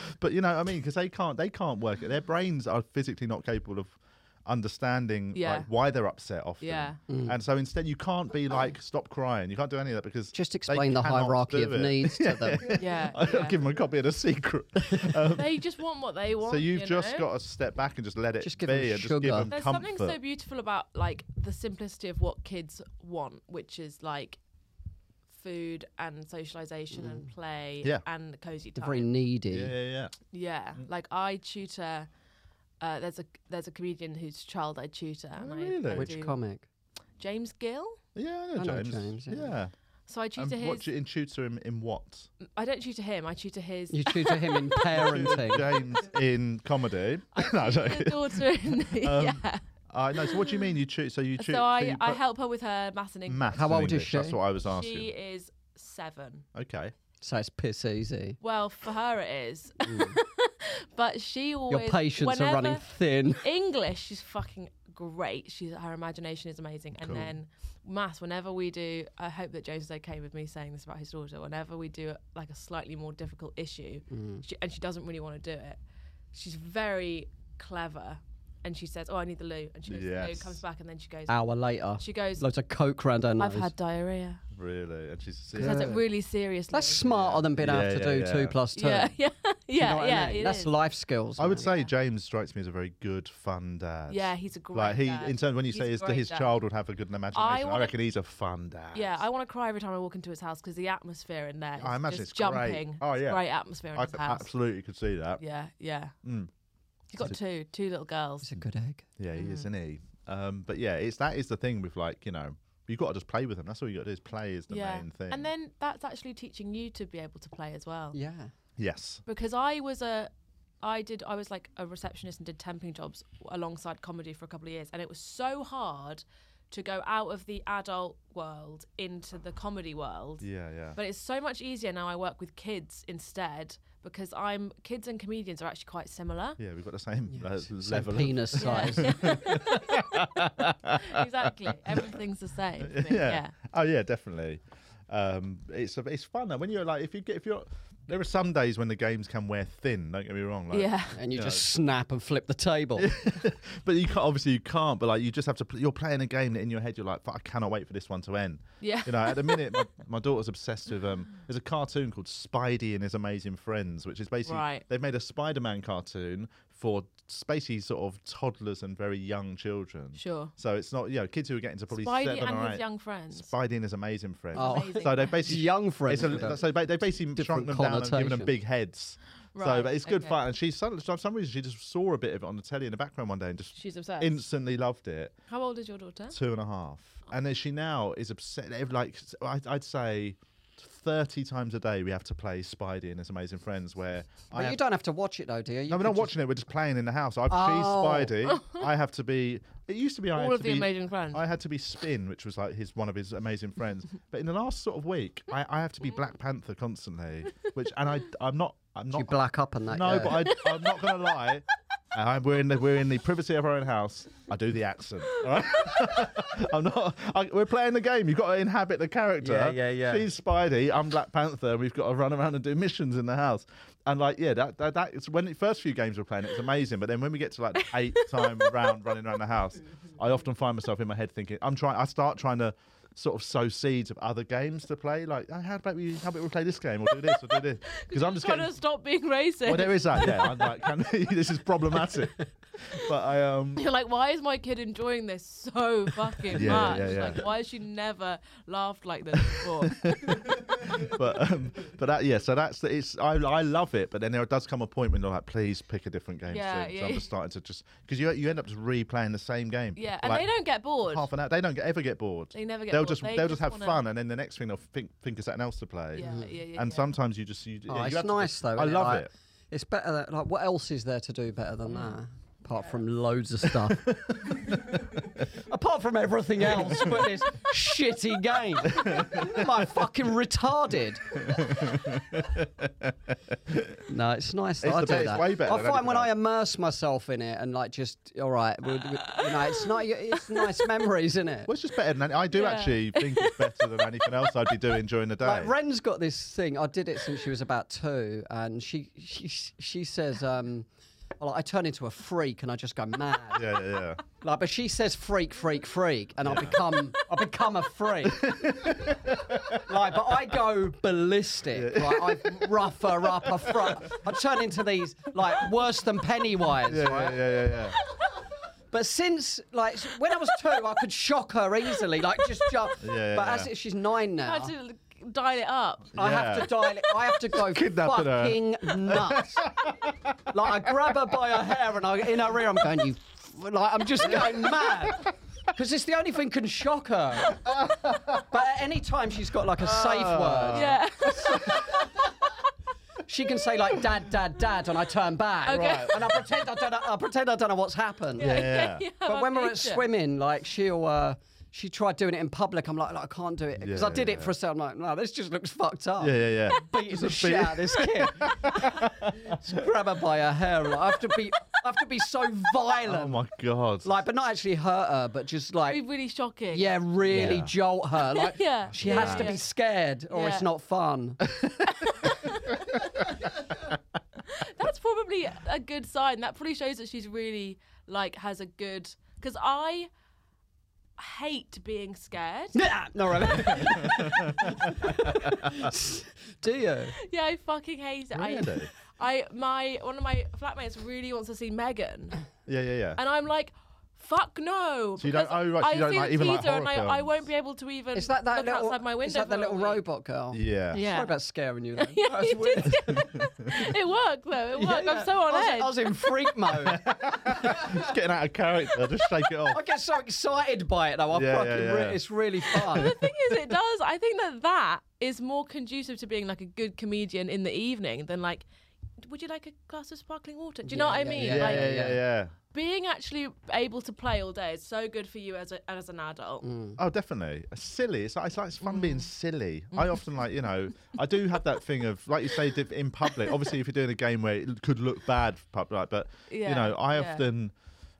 But you know, what I mean, because they can't they can't work it. Their brains are physically not capable of understanding Yeah. like why they're upset often. Yeah. Mm. And so instead, you can't be like, stop crying. You can't do any of that because Just they explain the cannot hierarchy do of it. needs to them. Yeah. I'll yeah. give them a copy of the secret. they just want what they want. So you've you just know? got to step back and just let it Just give be 'em and just give sugar. them There's comfort. something so beautiful about like the simplicity of what kids want, which is like food and socialization and play Yeah. and cozy Mm. They're time. very Mm. needy. yeah, yeah, yeah. yeah, like I tutor. Uh, there's a there's a comedian whose child I tutor, and I- Oh, really? I, Which do- comic? James Gill. Yeah, I know, I know James. James, yeah. yeah. So I tutor And his. what do you in tutor him in what? I don't tutor him. I tutor his You tutor him in parenting. James in comedy. no, I his don't. daughter. In, yeah. I know. So what do you mean you tutor? So you tutor? So I, you I put help her with her maths and English. maths How and old is English, she? That's what I was asking. She is seven. Okay. so it's piss easy. Well, for her it is. but she always Mm. Your patients are running whenever- thin. English, she's fucking great. She's her imagination is amazing. And then maths, whenever we do, I hope that James is okay with me saying this about his daughter. Whenever we do like a slightly more difficult issue, Mm. she, and she doesn't really want to do it, she's very clever. And she says, "Oh, I need the loo," and she goes, to the loo, Yes. comes back, and then she goes, Hour later, she goes, loads of coke round her nose. "I've had diarrhea." Really? And she's She says it Good. really seriously. That's smarter than being Yeah, able to yeah, do yeah. two plus two. yeah, yeah, You yeah, know what yeah. I mean? it That's is. life skills. I would mate. say James strikes me as a very good, fun dad. Yeah, he's a great. Like he, dad. in terms when you He's say a his, great his dad. child would have a good imagination, I, wanna- reckon he's a fun dad. Yeah, I want to cry every time I walk into his house because the atmosphere in there is Oh, I imagine just it's great. jumping. Oh, It's yeah. great atmosphere in I his could- Mm. house. absolutely could see that. Yeah, yeah. He's got two, two little girls. it's a good egg. Yeah, Mm. he is, isn't he? Um, but yeah, it's that is the thing with like you know you've got to just play with them. That's all you got to do is play is the yeah, main thing. and then that's actually teaching you to be able to play as well. Yeah. yes, Because I was a, I did, I was like a receptionist and did temping jobs alongside comedy for a couple of years, and it was so hard to go out of the adult world into the comedy world. yeah, yeah, But it's so much easier now. I work with kids instead because I'm kids and comedians are actually quite similar. yeah. We've got the same uh, Same level. of- penis size. exactly. Everything's the same. For me. yeah. yeah. Oh yeah, definitely. Um, it's a- it's fun though. when you're like if you get if you're there are some days when the games can wear thin. Don't get me wrong. Like, Yeah. and you just snap and flip the table. But you can't, obviously you can't. But like you just have to. Pl- you're playing a game that in your head you're like, "Fuck, I cannot wait for this one to end. Yeah. You know, at the minute my, my daughter's obsessed with um. There's a cartoon called Spidey and His Amazing Friends, which is basically Right. they've made a Spider-Man cartoon for s- basically sort of toddlers and very young children. Sure. So it's not you know kids who are getting to probably Spidey seven and or his eight. young friends. Spidey and His Amazing Friends. Oh. Amazing. So they basically Young friends. it's with a, a- so ba- they basically shrunk different them down and given them connotation. big heads. Right, So but it's good okay. fun. And she some, for some reason she just saw a bit of it on the telly in the background one day and just She's obsessed. instantly loved it. How old is your daughter? Two and a half, and then she now is upset. Like I'd I'd say thirty times a day we have to play Spidey and His Amazing Friends, where I But have you don't have to watch it though, do you? you no, we're could not just- watching it. We're just playing in the house. I've Oh. cheesed Spidey. I have to be. It used to be I All had of to the be- Amazing Friends. I had to be Spin, which was like his one of his amazing friends. but in the last sort of week, I, I have to be Black Panther constantly. Which and I I'm not I'm You not black up and that. no, yeah. but I, I'm not gonna lie. And I'm, we're in the we're in the privacy of our own house. I do the accent. All right? I'm not. I, we're playing the game. You've got to inhabit the character. Yeah, yeah, yeah. She's Spidey. I'm Black Panther. We've got to run around and do missions in the house. And like, yeah, that that, that is when the first few games we're playing, it's amazing. But then when we get to like the eighth time round running around the house, I often find myself in my head thinking, I'm trying. I start trying to sort of sow seeds of other games to play. Like, "Oh, how about we how about we play this game or do this or do this? Because I'm just trying getting to stop being racist. well, there is that. Yeah, I'm like, can, this is problematic. But I um, You're like, why is my kid enjoying this so fucking Yeah, much? yeah, yeah. Like, why has she never laughed like this before? but um, but that yeah. So that's the, it's. I I love it. But then there does come a point when you're like, please pick a different game. Yeah, soon. yeah, So I'm yeah. just starting to just because you you end up just replaying the same game. yeah, for and like they don't get bored. half an hour. They don't get, ever get bored. They never get they'll bored. just They they'll just, have wanna- fun, and then the next thing they'll think think of something else to play. Yeah, yeah, yeah. And yeah. sometimes you just you. Oh, yeah, you it's have to- nice though. I innit? love Like, it. It's better. Than, like, what else is there to do better than that? Apart from loads of stuff. Apart from everything else, but this shitty game. Am I fucking retarded? no, it's nice. Though. It's I the do be- it's that. way better I than find when anything I immerse myself in it and like just all right, we, we, you know, it's not. It's nice memories, isn't it? Well, it's just better than any- I do Yeah. actually think it's better than anything else I'd be doing during the day. Like Ren's got this thing. I did it since she was about two, and she she she says, um, well, I turn into a freak and I just go mad. yeah, yeah, yeah. Like, but she says freak, freak, freak, and I become I become a freak. like, but I go ballistic. Like, I rough her up, I, fro- I turn into these like worse than Pennywise. Yeah, yeah, right? yeah, yeah, yeah. But since like s- when I was two, I could shock her easily. Like just jump. yeah, but yeah. as it, she's nine now. I had to dial it up. I have Yeah. uh, to dial it. I have to go Kidnapping her. fucking nuts. like I grab her by her hair and I in her ear. I'm going you. F-, like I'm just going mad. Because it's the only thing can shock her. But at any time she's got like a safe Ah. Uh, word, yeah. she can say like "dad, dad, dad," and I turn back, Okay. Right. and I pretend I don't. Know, I pretend I don't know what's happened. Yeah. But when we're at picture. swimming, like she'll. Uh, she tried doing it in public. I'm like, "Look, I can't do it because I Yeah, did it yeah. for a second. I'm like, no, this just looks fucked up. Yeah, yeah, yeah. beating the shit out of this kid. Just grab her by her hair. Like, I have to be, I have to be so Oh violent, my god. like, but not actually hurt her, but just It'd like, be really shocking. yeah, really Yeah. jolt her. Like, Yeah. she Yeah. has to Yeah. be scared, or Yeah. it's not fun. That's probably a good sign. That probably shows that she's really like has a good because I hate being scared. Yeah, no, really. Do you? yeah, I fucking hate it. Really? I, I my one of my flatmates really wants to see Megan, yeah, yeah, yeah. and I'm like. Fuck no! So you don't- because oh, right, so I you don't see like- the even like teaser and I, horror I films. won't be able to even Is that that look little? outside my window. is that the for a little week. robot girl? yeah. Yeah. Sorry about scaring you. Though. Yeah, That's you weird. did. it worked though. It worked. Yeah, I'm so on I was, edge. I was in freak mode. Just getting out of character, just shake it off. I get so excited by it though. I Yeah, fucking yeah, re- yeah. it's really fun. thing is, it does. I think that that is more conducive to being like a good comedian in the evening than like, would you like a glass of sparkling water? Do you know Yeah, what I yeah, mean? yeah, Yeah, like yeah, yeah, yeah. being actually able to play all day is so good for you as a, as an adult. Mm. Oh, definitely. It's silly. It's like, it's, like, it's fun Mm. being silly. I often like, you know, I do have that thing of, like you say, div- in public. Obviously, if you're doing a game where it could look bad, for pub- like, but you Yeah, know, I yeah. often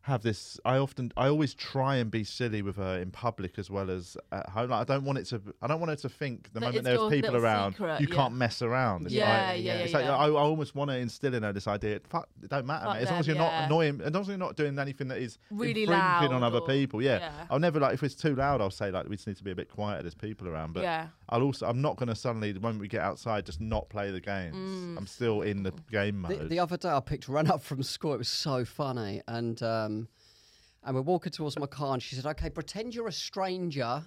have this. I often, I always try and be silly with her in public as well as at home. Like, I don't want it to. I don't want her to think the That moment it's there's your people little around, secret, you yeah. can't mess around. It's Yeah, like, yeah, It's yeah, like yeah. I, I almost want to instill in her this idea. Fuck, it don't matter, Fuck mate. As long as them, you're yeah. not annoying, as long as you're not doing anything that is Really infringing on loud other or- people. Yeah. yeah. I'll never like if it's too loud. I'll say like we just need to be a bit quieter. There's people around, but Yeah. I'll also I'm not going to suddenly the moment we get outside just not play the games. Mm. I'm still in the game mode. The, the other day, I picked Ren up from school. It was so funny, and um, and we're walking towards my car, and she said, "Okay, pretend you're a stranger."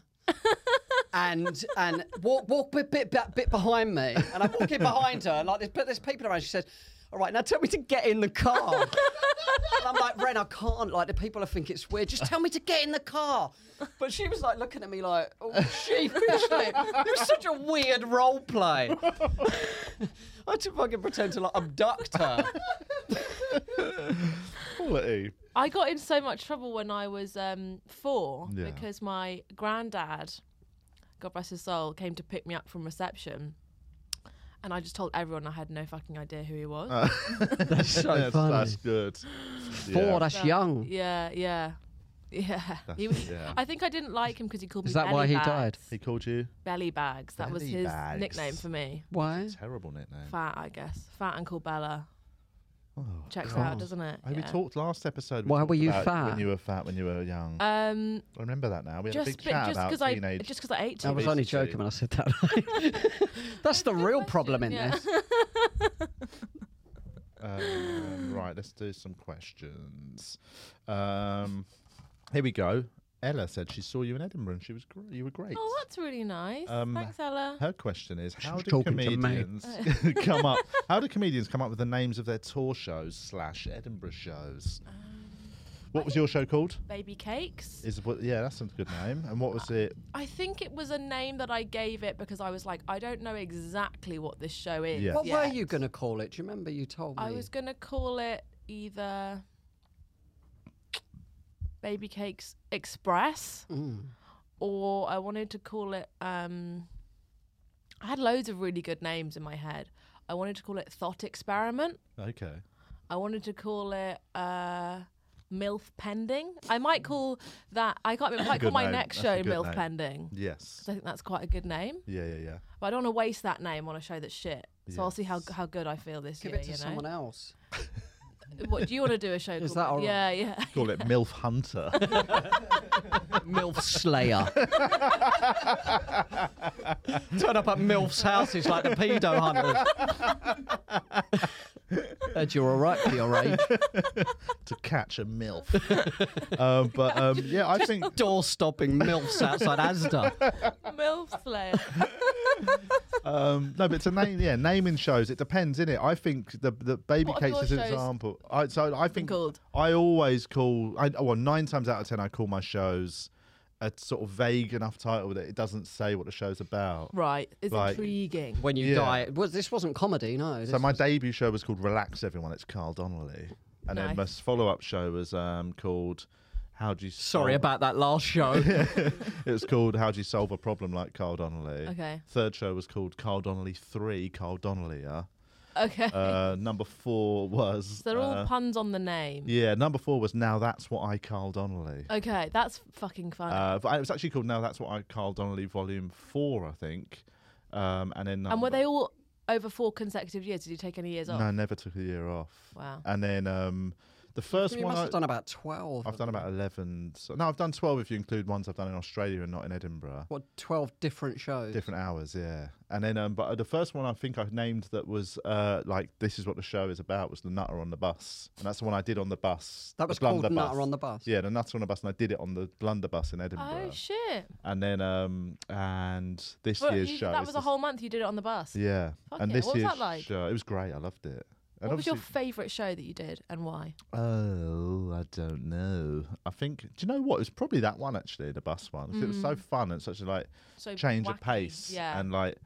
and and walk walk bit bit bit, bit behind me, and I'm walking behind her like there's but there's people around. She said, all right, now tell me to get in the car. and I'm like, Ren, I can't. Like, the people I think it's weird. Just tell me to get in the car. But she was like looking at me like, oh, sheepishly. It was such a weird role play. I had to fucking pretend to like abduct her. Quality. I got in so much trouble when I was um, four Yeah. because my granddad, God bless his soul, came to pick me up from reception. And I just told everyone I had no fucking idea who he was. That's so that's, funny. That's good. Four, Yeah. that's So, young. Yeah, yeah. Yeah. He That's- was, yeah. I think I didn't like him because he called me Is that belly why he bags. died? He called you Belly bags. That was Belly his bags. nickname for me. Why? terrible nickname. Fat, I guess. Fat Uncle Bella. Oh, Checks God. out, doesn't it? Oh, We Yeah. talked last episode. we Why talked were you about fat? When you were fat, when you were young. Um, I remember that now. We had a just big bit, chat just about because I teenage. just because I ate I too was much. only Obesity. joking when I said that. that's the real problem in yeah. this. Um, right, let's do some questions. Um, here we go. Ella said she saw you in Edinburgh and she was gr- you were great. Oh, that's really nice. Um, Thanks, Ella. Her question is, how was do talking to me. comedians come up? How do comedians come up with the names of their tour shows slash Edinburgh shows? What was your show called? Baby cakes. Is what? Yeah, that's a good name. And what was it? I think it was a name that I gave it because I was like, I don't know exactly what this show is. Yeah. What were yet. you going to call it? Do you remember you told me? I was gonna call it either Baby Cakes Express, Mm. or I wanted to call it. Um, I had loads of really good names in my head. I wanted to call it Thought Experiment. Okay. I wanted to call it uh, MILF Pending. I might call that. I can't. I might call good my name. next That's a show good MILF name. Pending. Yes. 'cause I think that's quite a good name. Yeah, yeah, yeah. But I don't want to waste that name on a show that's shit. So I'll see how how good I feel this Give year. it to you know? someone else. What do you want to do a show? Is called- that all right? Yeah, yeah. Call it Milf Hunter. MILF Slayer. Turn up at MILF's houses like the pedo hunters. Ed, you're all right for your age. to catch a Milf. um, but um, yeah, I think Door stopping MILFs outside Asda. MILF Slayer. Um, no, but to name, yeah, naming shows, it depends, innit? I think the the baby What have cakes is an your shows example. I, so I think called? I always call. I, oh, well, nine times out of ten, I call my shows a sort of vague enough title that it doesn't say what the show's about. Right, it's Like- intriguing. When you Yeah. die, it was, this wasn't comedy, no. So this my debut show was called Relax Everyone. It's Carl Donnelly, and then my Nice. follow up show was um, called How Do You? Sorry Solve- about that last show. It was called How Do You Solve a Problem Like Carl Donnelly. Okay. Third show was called Carl Donnelly Three. Carl Donnelly. Yeah. Okay, Uh, number four was. so they're all uh, puns on the name. Yeah, number four was Now That's What I Carl Donnelly. Okay, that's fucking Oh, fun. Uh, but it was actually called Now That's What I Carl Donnelly Volume 4, I think. Um, and then. and were number- they all over four consecutive years? Did you take any years off? No, I never took a year off. Wow. And then um, the first you one. must I, have done about 12. have done about 11. So, no, I've done 12 if you include ones I've done in Australia and not in Edinburgh. What, 12 different shows? Different hours, yeah. And then, um, but the first one I think I named that was uh, like, this is what the show is about was The Nutter on the Bus. And that's the one I did on the bus. That the was called blunderbuss. Nutter on the Bus. Yeah, The Nutter on the Bus. And I did it on the Blunderbuss in Edinburgh. oh shit! and then um and this Well, year's you- show that is was a this- whole month. You did it on the bus. yeah Fuck and yeah, this what was year's that like? show it was great I loved it and What was your obviously favourite show that you did, and why? oh I don't know I think do you know what it was probably that one actually the bus one 'cause it was so fun and such a like Mm. So change of wacky, pace Yeah. and like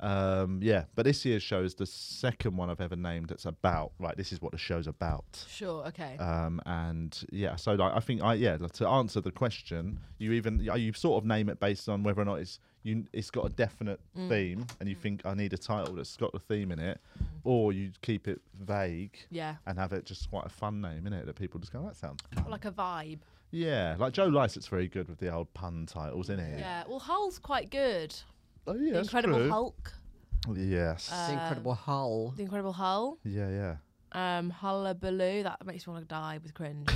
um yeah but this year's show is the second one I've ever named that's about like this is what the show's about sure. Okay. um and yeah so like i think i yeah like, to answer the question you even you- you sort of name it based on whether or not it's you it's got a definite Mm. theme and you think i need a title that's got the theme in it or you keep it vague yeah. and have it just quite a fun name in it that people just go "Oh, that sounds fun. Like a vibe. yeah like joe lycett's very good with the old pun titles in Yeah. it Well, Hull's quite good. oh yeah the that's Incredible true. Hulk. Uh, yes The Incredible Hull. The Incredible Hull. yeah yeah Um, hullabaloo. That makes me want to die with cringe.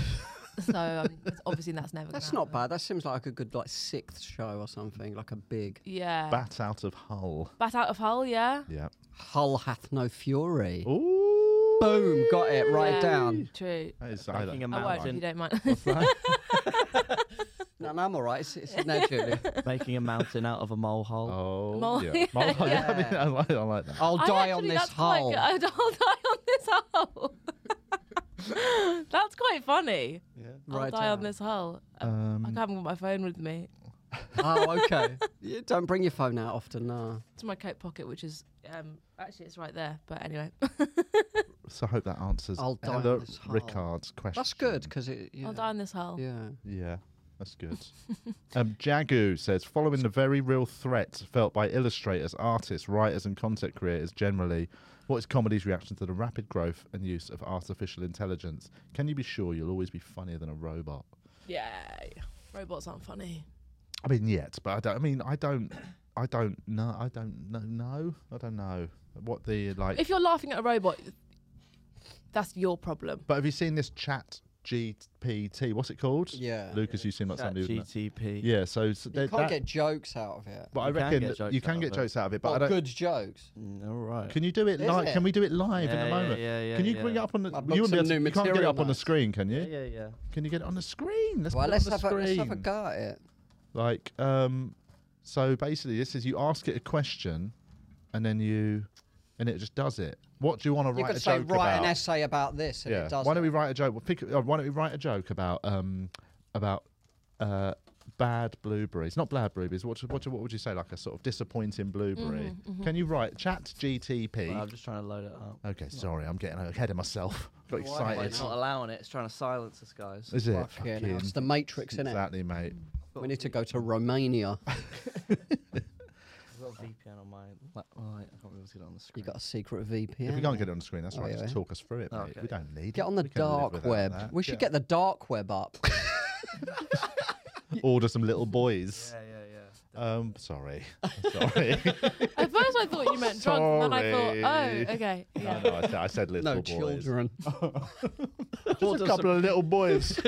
so um, it's- obviously that's never. That's gonna not happen. bad. That seems like a good like sixth show or something, like a big Yeah. Bat. bat out of hull out of Hull. Yeah. yeah Hull hath no fury. Ooh. Boom, got it right Yeah, down. True. That is I Making a like- I won't if you mountain. don't mind. No, no, I'm all right. It's, it's naturally. Making a mountain out of a molehole. Oh, Mole- yeah. Mole- yeah. I, mean, I, like, I like that. I'll I die actually- on this that's quite hull. good. I'll die on this hull. quite funny. Right I'll die on down. this hull. Um, Um, I haven't got my phone with me. Oh, okay. you don't bring your phone out often, no. It's in my coat pocket, which is um, actually it's right there. But anyway, So I hope that answers I'll die on Ella this hole. Rickard's question. That's good because it. Yeah. I'll die on this hull. Yeah. Yeah, that's good. um, Jagu says, following the very real threat felt by illustrators, artists, writers, and content creators generally, what is comedy's reaction to the rapid growth and use of artificial intelligence? Can you be sure you'll always be funnier than a robot? Yay! Robots aren't funny. I mean, yet, but I don't. I mean, I don't. I don't know. I don't know. No, I don't know what the like. If you're laughing at a robot, that's your problem. but have you seen this chat GPT? What's it called? Yeah. Lucas, you seem like somebody. who kn- GTP. Yeah. So, so You they- can't that- get jokes out of it. But I You can reckon get that jokes you can out get of it. jokes out of it. But I Well, don't. Oh, good jokes. Mm, all right. Can you do it Is live? it? Can we do it live in Yeah, a yeah, moment? yeah, yeah, can you yeah. bring it up on the? I've You, wouldn't got be able some to- new you can't get it material up on the now. screen, can you? Yeah, yeah. Can you get it on the screen? Let's, Well, put it let's on the have, a, let's have a screen. go at it. Like, um, so basically, this is you ask it a question, and then you, and it just does it. What do you want to You write a could say, joke write about? an essay about this, and yeah. it does. Why don't we write a joke? Well, pick, uh, why don't we write a joke about um, about uh, bad blueberries? Not bad blueberries. What, what what would you say? Like a sort of disappointing blueberry? Can you write chat GTP? Well, I'm just trying to load it up. Okay, sorry, I'm getting ahead of myself. Why Got excited. It's not allowing it. It's trying to silence us, guys. Is it? Fucking hell, it's Fucking- the Matrix, innit? Exactly, mate. We need to go to Romania. I've got a VPN on my. la- oh, wait, I can't really get it on the you screen. got a secret VPN. If we can't get it on the screen, that's all Oh, right. yeah, Just yeah. talk us through it, mate. Okay. We don't need Get it. on the We can live dark without web. that. We should get the dark web up. Order some little boys. yeah, yeah. Um, sorry. sorry. At first, I thought you meant drugs, and then I Sorry. thought, oh, okay, No, yeah. no, I, said- I said little no boys. children. Just a couple of little boys.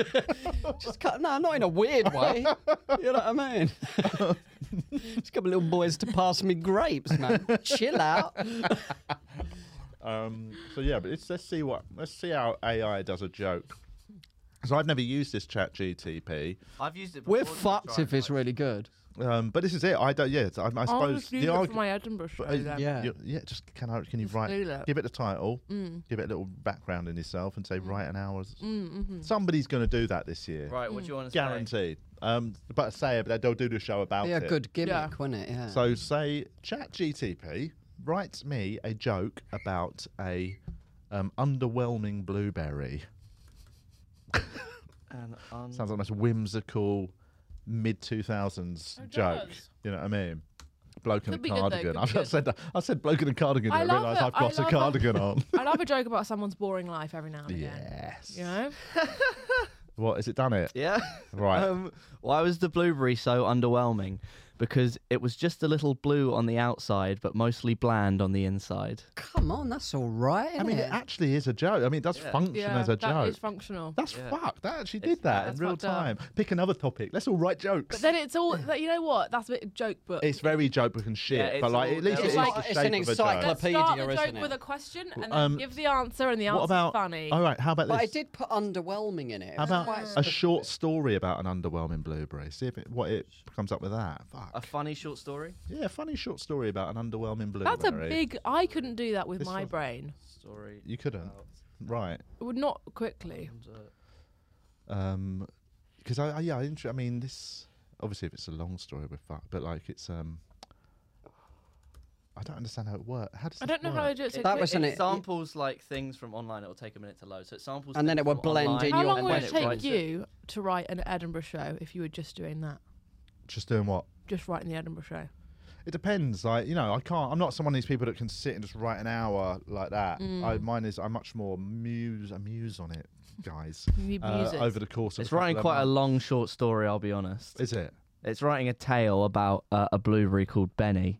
Just cut, no, not in a weird way. you know what I mean? Just a couple of little boys to pass me grapes, man. Chill out. Um, so yeah, but it's, let's see what let's see how AI does a joke. So I've never used this Chat GTP, I've used it. We're before to fucked try if and, it's like- really good. um, but this is it. I don't. Yeah, it's- I, I I'll suppose just use it argu- for my Edinburgh show. But, uh, then. Yeah. You- yeah, just can I, can you Just write? do that. Mm. Give it a title. Give it a little background in yourself, and say write an hour's. mm-hmm. Somebody's going to do that this year, Right, what do you want to say? guaranteed. Um, but say but they'll do the show about Be a it. good gimmick, Yeah. wouldn't it? Yeah. So say Chat GTP write me a joke about a um, underwhelming blueberry. And um, on Sounds like the most whimsical mid two thousands joke. Oh, does. You know what I mean? Bloke in a Could be good though, cardigan. could I've be not good. said that. I said bloke in a cardigan. I, I I love realised it. I've I got a love it. cardigan on. I love a joke about someone's boring life every now and again. yes. You know? What has it done it? Yeah. Right. Um, why was the blueberry so underwhelming? Because it was just a little blue on the outside, but mostly bland on the inside. Come on, that's all right, I mean, it innit? actually is a joke. I mean, it does function Yeah, as a that joke. is functional. that's Yeah. fucked. That actually It's- did that in that's real fucked up. time. Pick another topic. Let's all write jokes. But then it's all, like, you know what? That's a bit of joke book. it's very joke book and shit. Yeah, it's but like, all- at least it's it is like- the it's shape of an a encyclopedia. joke. Let's start the Wikipedia, joke isn't it? with a question and then Um, give the answer, and the What answer's about? funny. All right. How about But I this? did put underwhelming in it. It How was about quite a specific. short story about an underwhelming blueberry? See if it, what it comes up with that. Fuck. A funny short story? yeah, funny short story about an underwhelming blueberry. That's a big. I couldn't do that with This my was- brain. Story. You couldn't. about, Right. It would not quickly. uh, Um 'cause because I, I yeah, I, inter- I mean this obviously if it's a long story we're fucked, but like it's um, I don't understand how it works. How does I this don't know work? how to do it. So That quick. was an- it it- samples like things from online. It'll take a minute to load. So it samples, And then things it will from blend online, in How your- long and would then it writes uh, take you to write an Edinburgh show if you were just doing that? Just doing what? Just writing the Edinburgh show. It depends. Like you know, I can't. I'm not someone of these people that can sit and just write an hour like that. Mm. I, mine is. I'm much more muse. I muse on it, guys. You need uh, music. over the course of It's a couple writing of quite a months. long short story. I'll be honest. Is it? It's writing a tale about uh, a blueberry called Benny.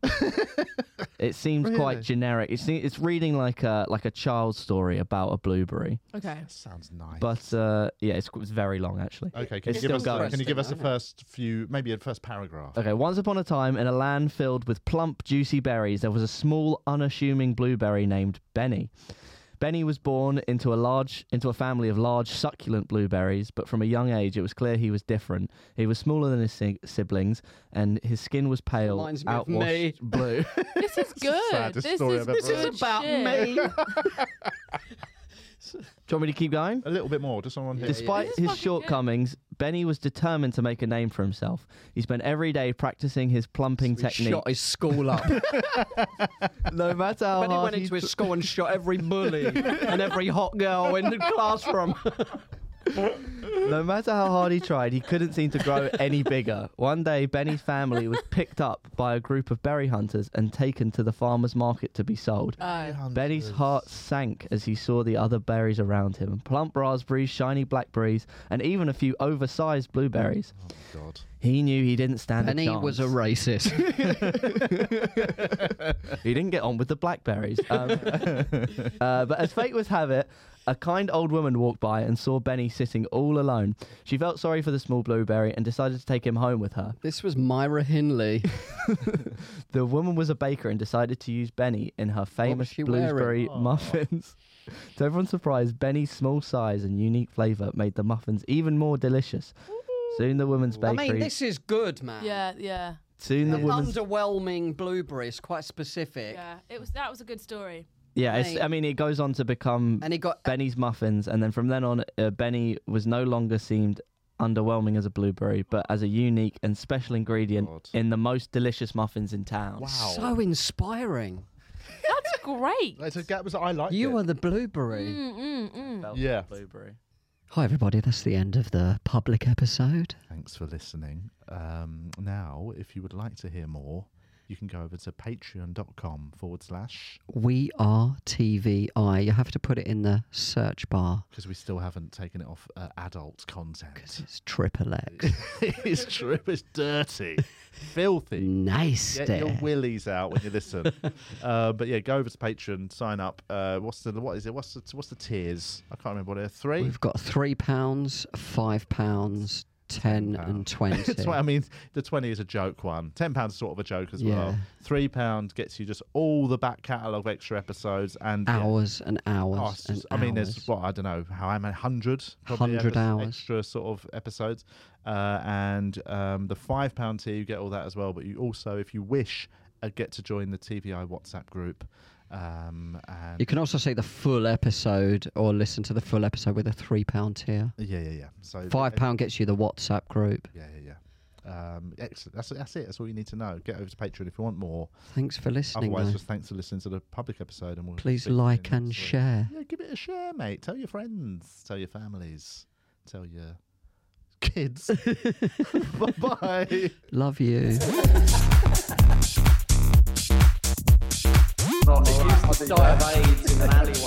it seems Really? quite generic. It's it's reading like a like a child's story about a blueberry. Okay. That sounds nice. But uh, yeah, it's, it's very long actually. okay, can you it's give still us the, going. can you give us the Interesting, first few, maybe a first paragraph? Okay, once upon a time, in a land filled with plump, juicy berries, there was a small, unassuming blueberry named Benny. Benny was born into a large into a family of large, succulent blueberries, but from a young age, it was clear he was different. He was smaller than his si- siblings, and his skin was pale, Reminds me of me. outwashed blue. This is good. saddest This story is I've ever good heard. This is about shit. me. you want me to keep going? A little bit more, just someone. Yeah, Despite This is his fucking good. shortcomings, Benny was determined to make a name for himself. He spent every day practicing his plumping He technique. shot his school up. No matter how But he hard went he into his school and shot every bully and every hot girl in the classroom. No matter how hard he tried, he couldn't seem to grow any bigger. One day, Benny's family was picked up by a group of berry hunters and taken to the farmer's market to be sold. Benny's heart sank as he saw the other berries around him plump raspberries, shiny blackberries, and even a few oversized blueberries. Oh God. He knew he didn't stand And a he chance. was a racist. He didn't get on with the blackberries. Um, uh, but as fate would have it, a kind old woman walked by and saw Benny sitting all alone. She felt sorry for the small blueberry and decided to take him home with her. this was Myra Hinley. The woman was a baker and decided to use Benny in her famous she wearing? blueberry muffins. to everyone's surprise, Benny's small size and unique flavour made the muffins even more delicious. Soon the woman's I bakery. mean, this is good, man. Yeah, yeah, soon the An woman's. underwhelming blueberry is quite specific. yeah. It was that was a good story. Yeah, it's, Mate. I mean, it goes on to become And he got Benny's muffins, and then from then on, uh, Benny was no longer seemed underwhelming as a blueberry, but as a unique and special ingredient God. in the most delicious muffins in town. Oh. so inspiring. That's great. It's a gap. Was I like You it. are the blueberry. Mm, mm, mm. Yeah. blueberry. Hi, everybody. That's the end of the public episode. Thanks for listening. Um, now, if you would like to hear more, you can go over to patreon.com forward slash We are TVI. You have to put it in the search bar because we still haven't taken it off uh, adult because content. it's triple X. it's true. It's dirty, filthy. nice Get there. your willies out when you listen. uh, but yeah, go over to Patreon, sign up. Uh, what's the what is it? What's the what's the tiers? I can't remember what they're three. We've got three pounds, five pounds, ten, and twenty. That's what I mean. The twenty is a joke one. Ten pounds sort of a joke as well. Yeah. Three pound gets you just all the back catalogue of extra episodes and yeah, hours and hours. oh, it's and just- I mean, hours. there's what I don't know how I'm a hundred, probably 100 epis- hours. extra sort of episodes, uh, and um, the five pound tier you get all that as well. But you also, if you wish, uh, get to join the TVI WhatsApp group. Um, and You can also see the full episode or listen to the full episode with a three pound tier. yeah, yeah, yeah. So Five pound gets you the WhatsApp group. Yeah, yeah, yeah. Um, excellent. That's that's it. That's all you need to know. Get over to Patreon if you want more. Thanks for listening, Otherwise, though. just thanks for listening to the public episode, and we'll Please speak to you like and next week. share. Yeah, give it a share, mate. Tell your friends, tell your families, tell your kids. bye bye. Love you. I'll do that. of AIDS in an alleyway.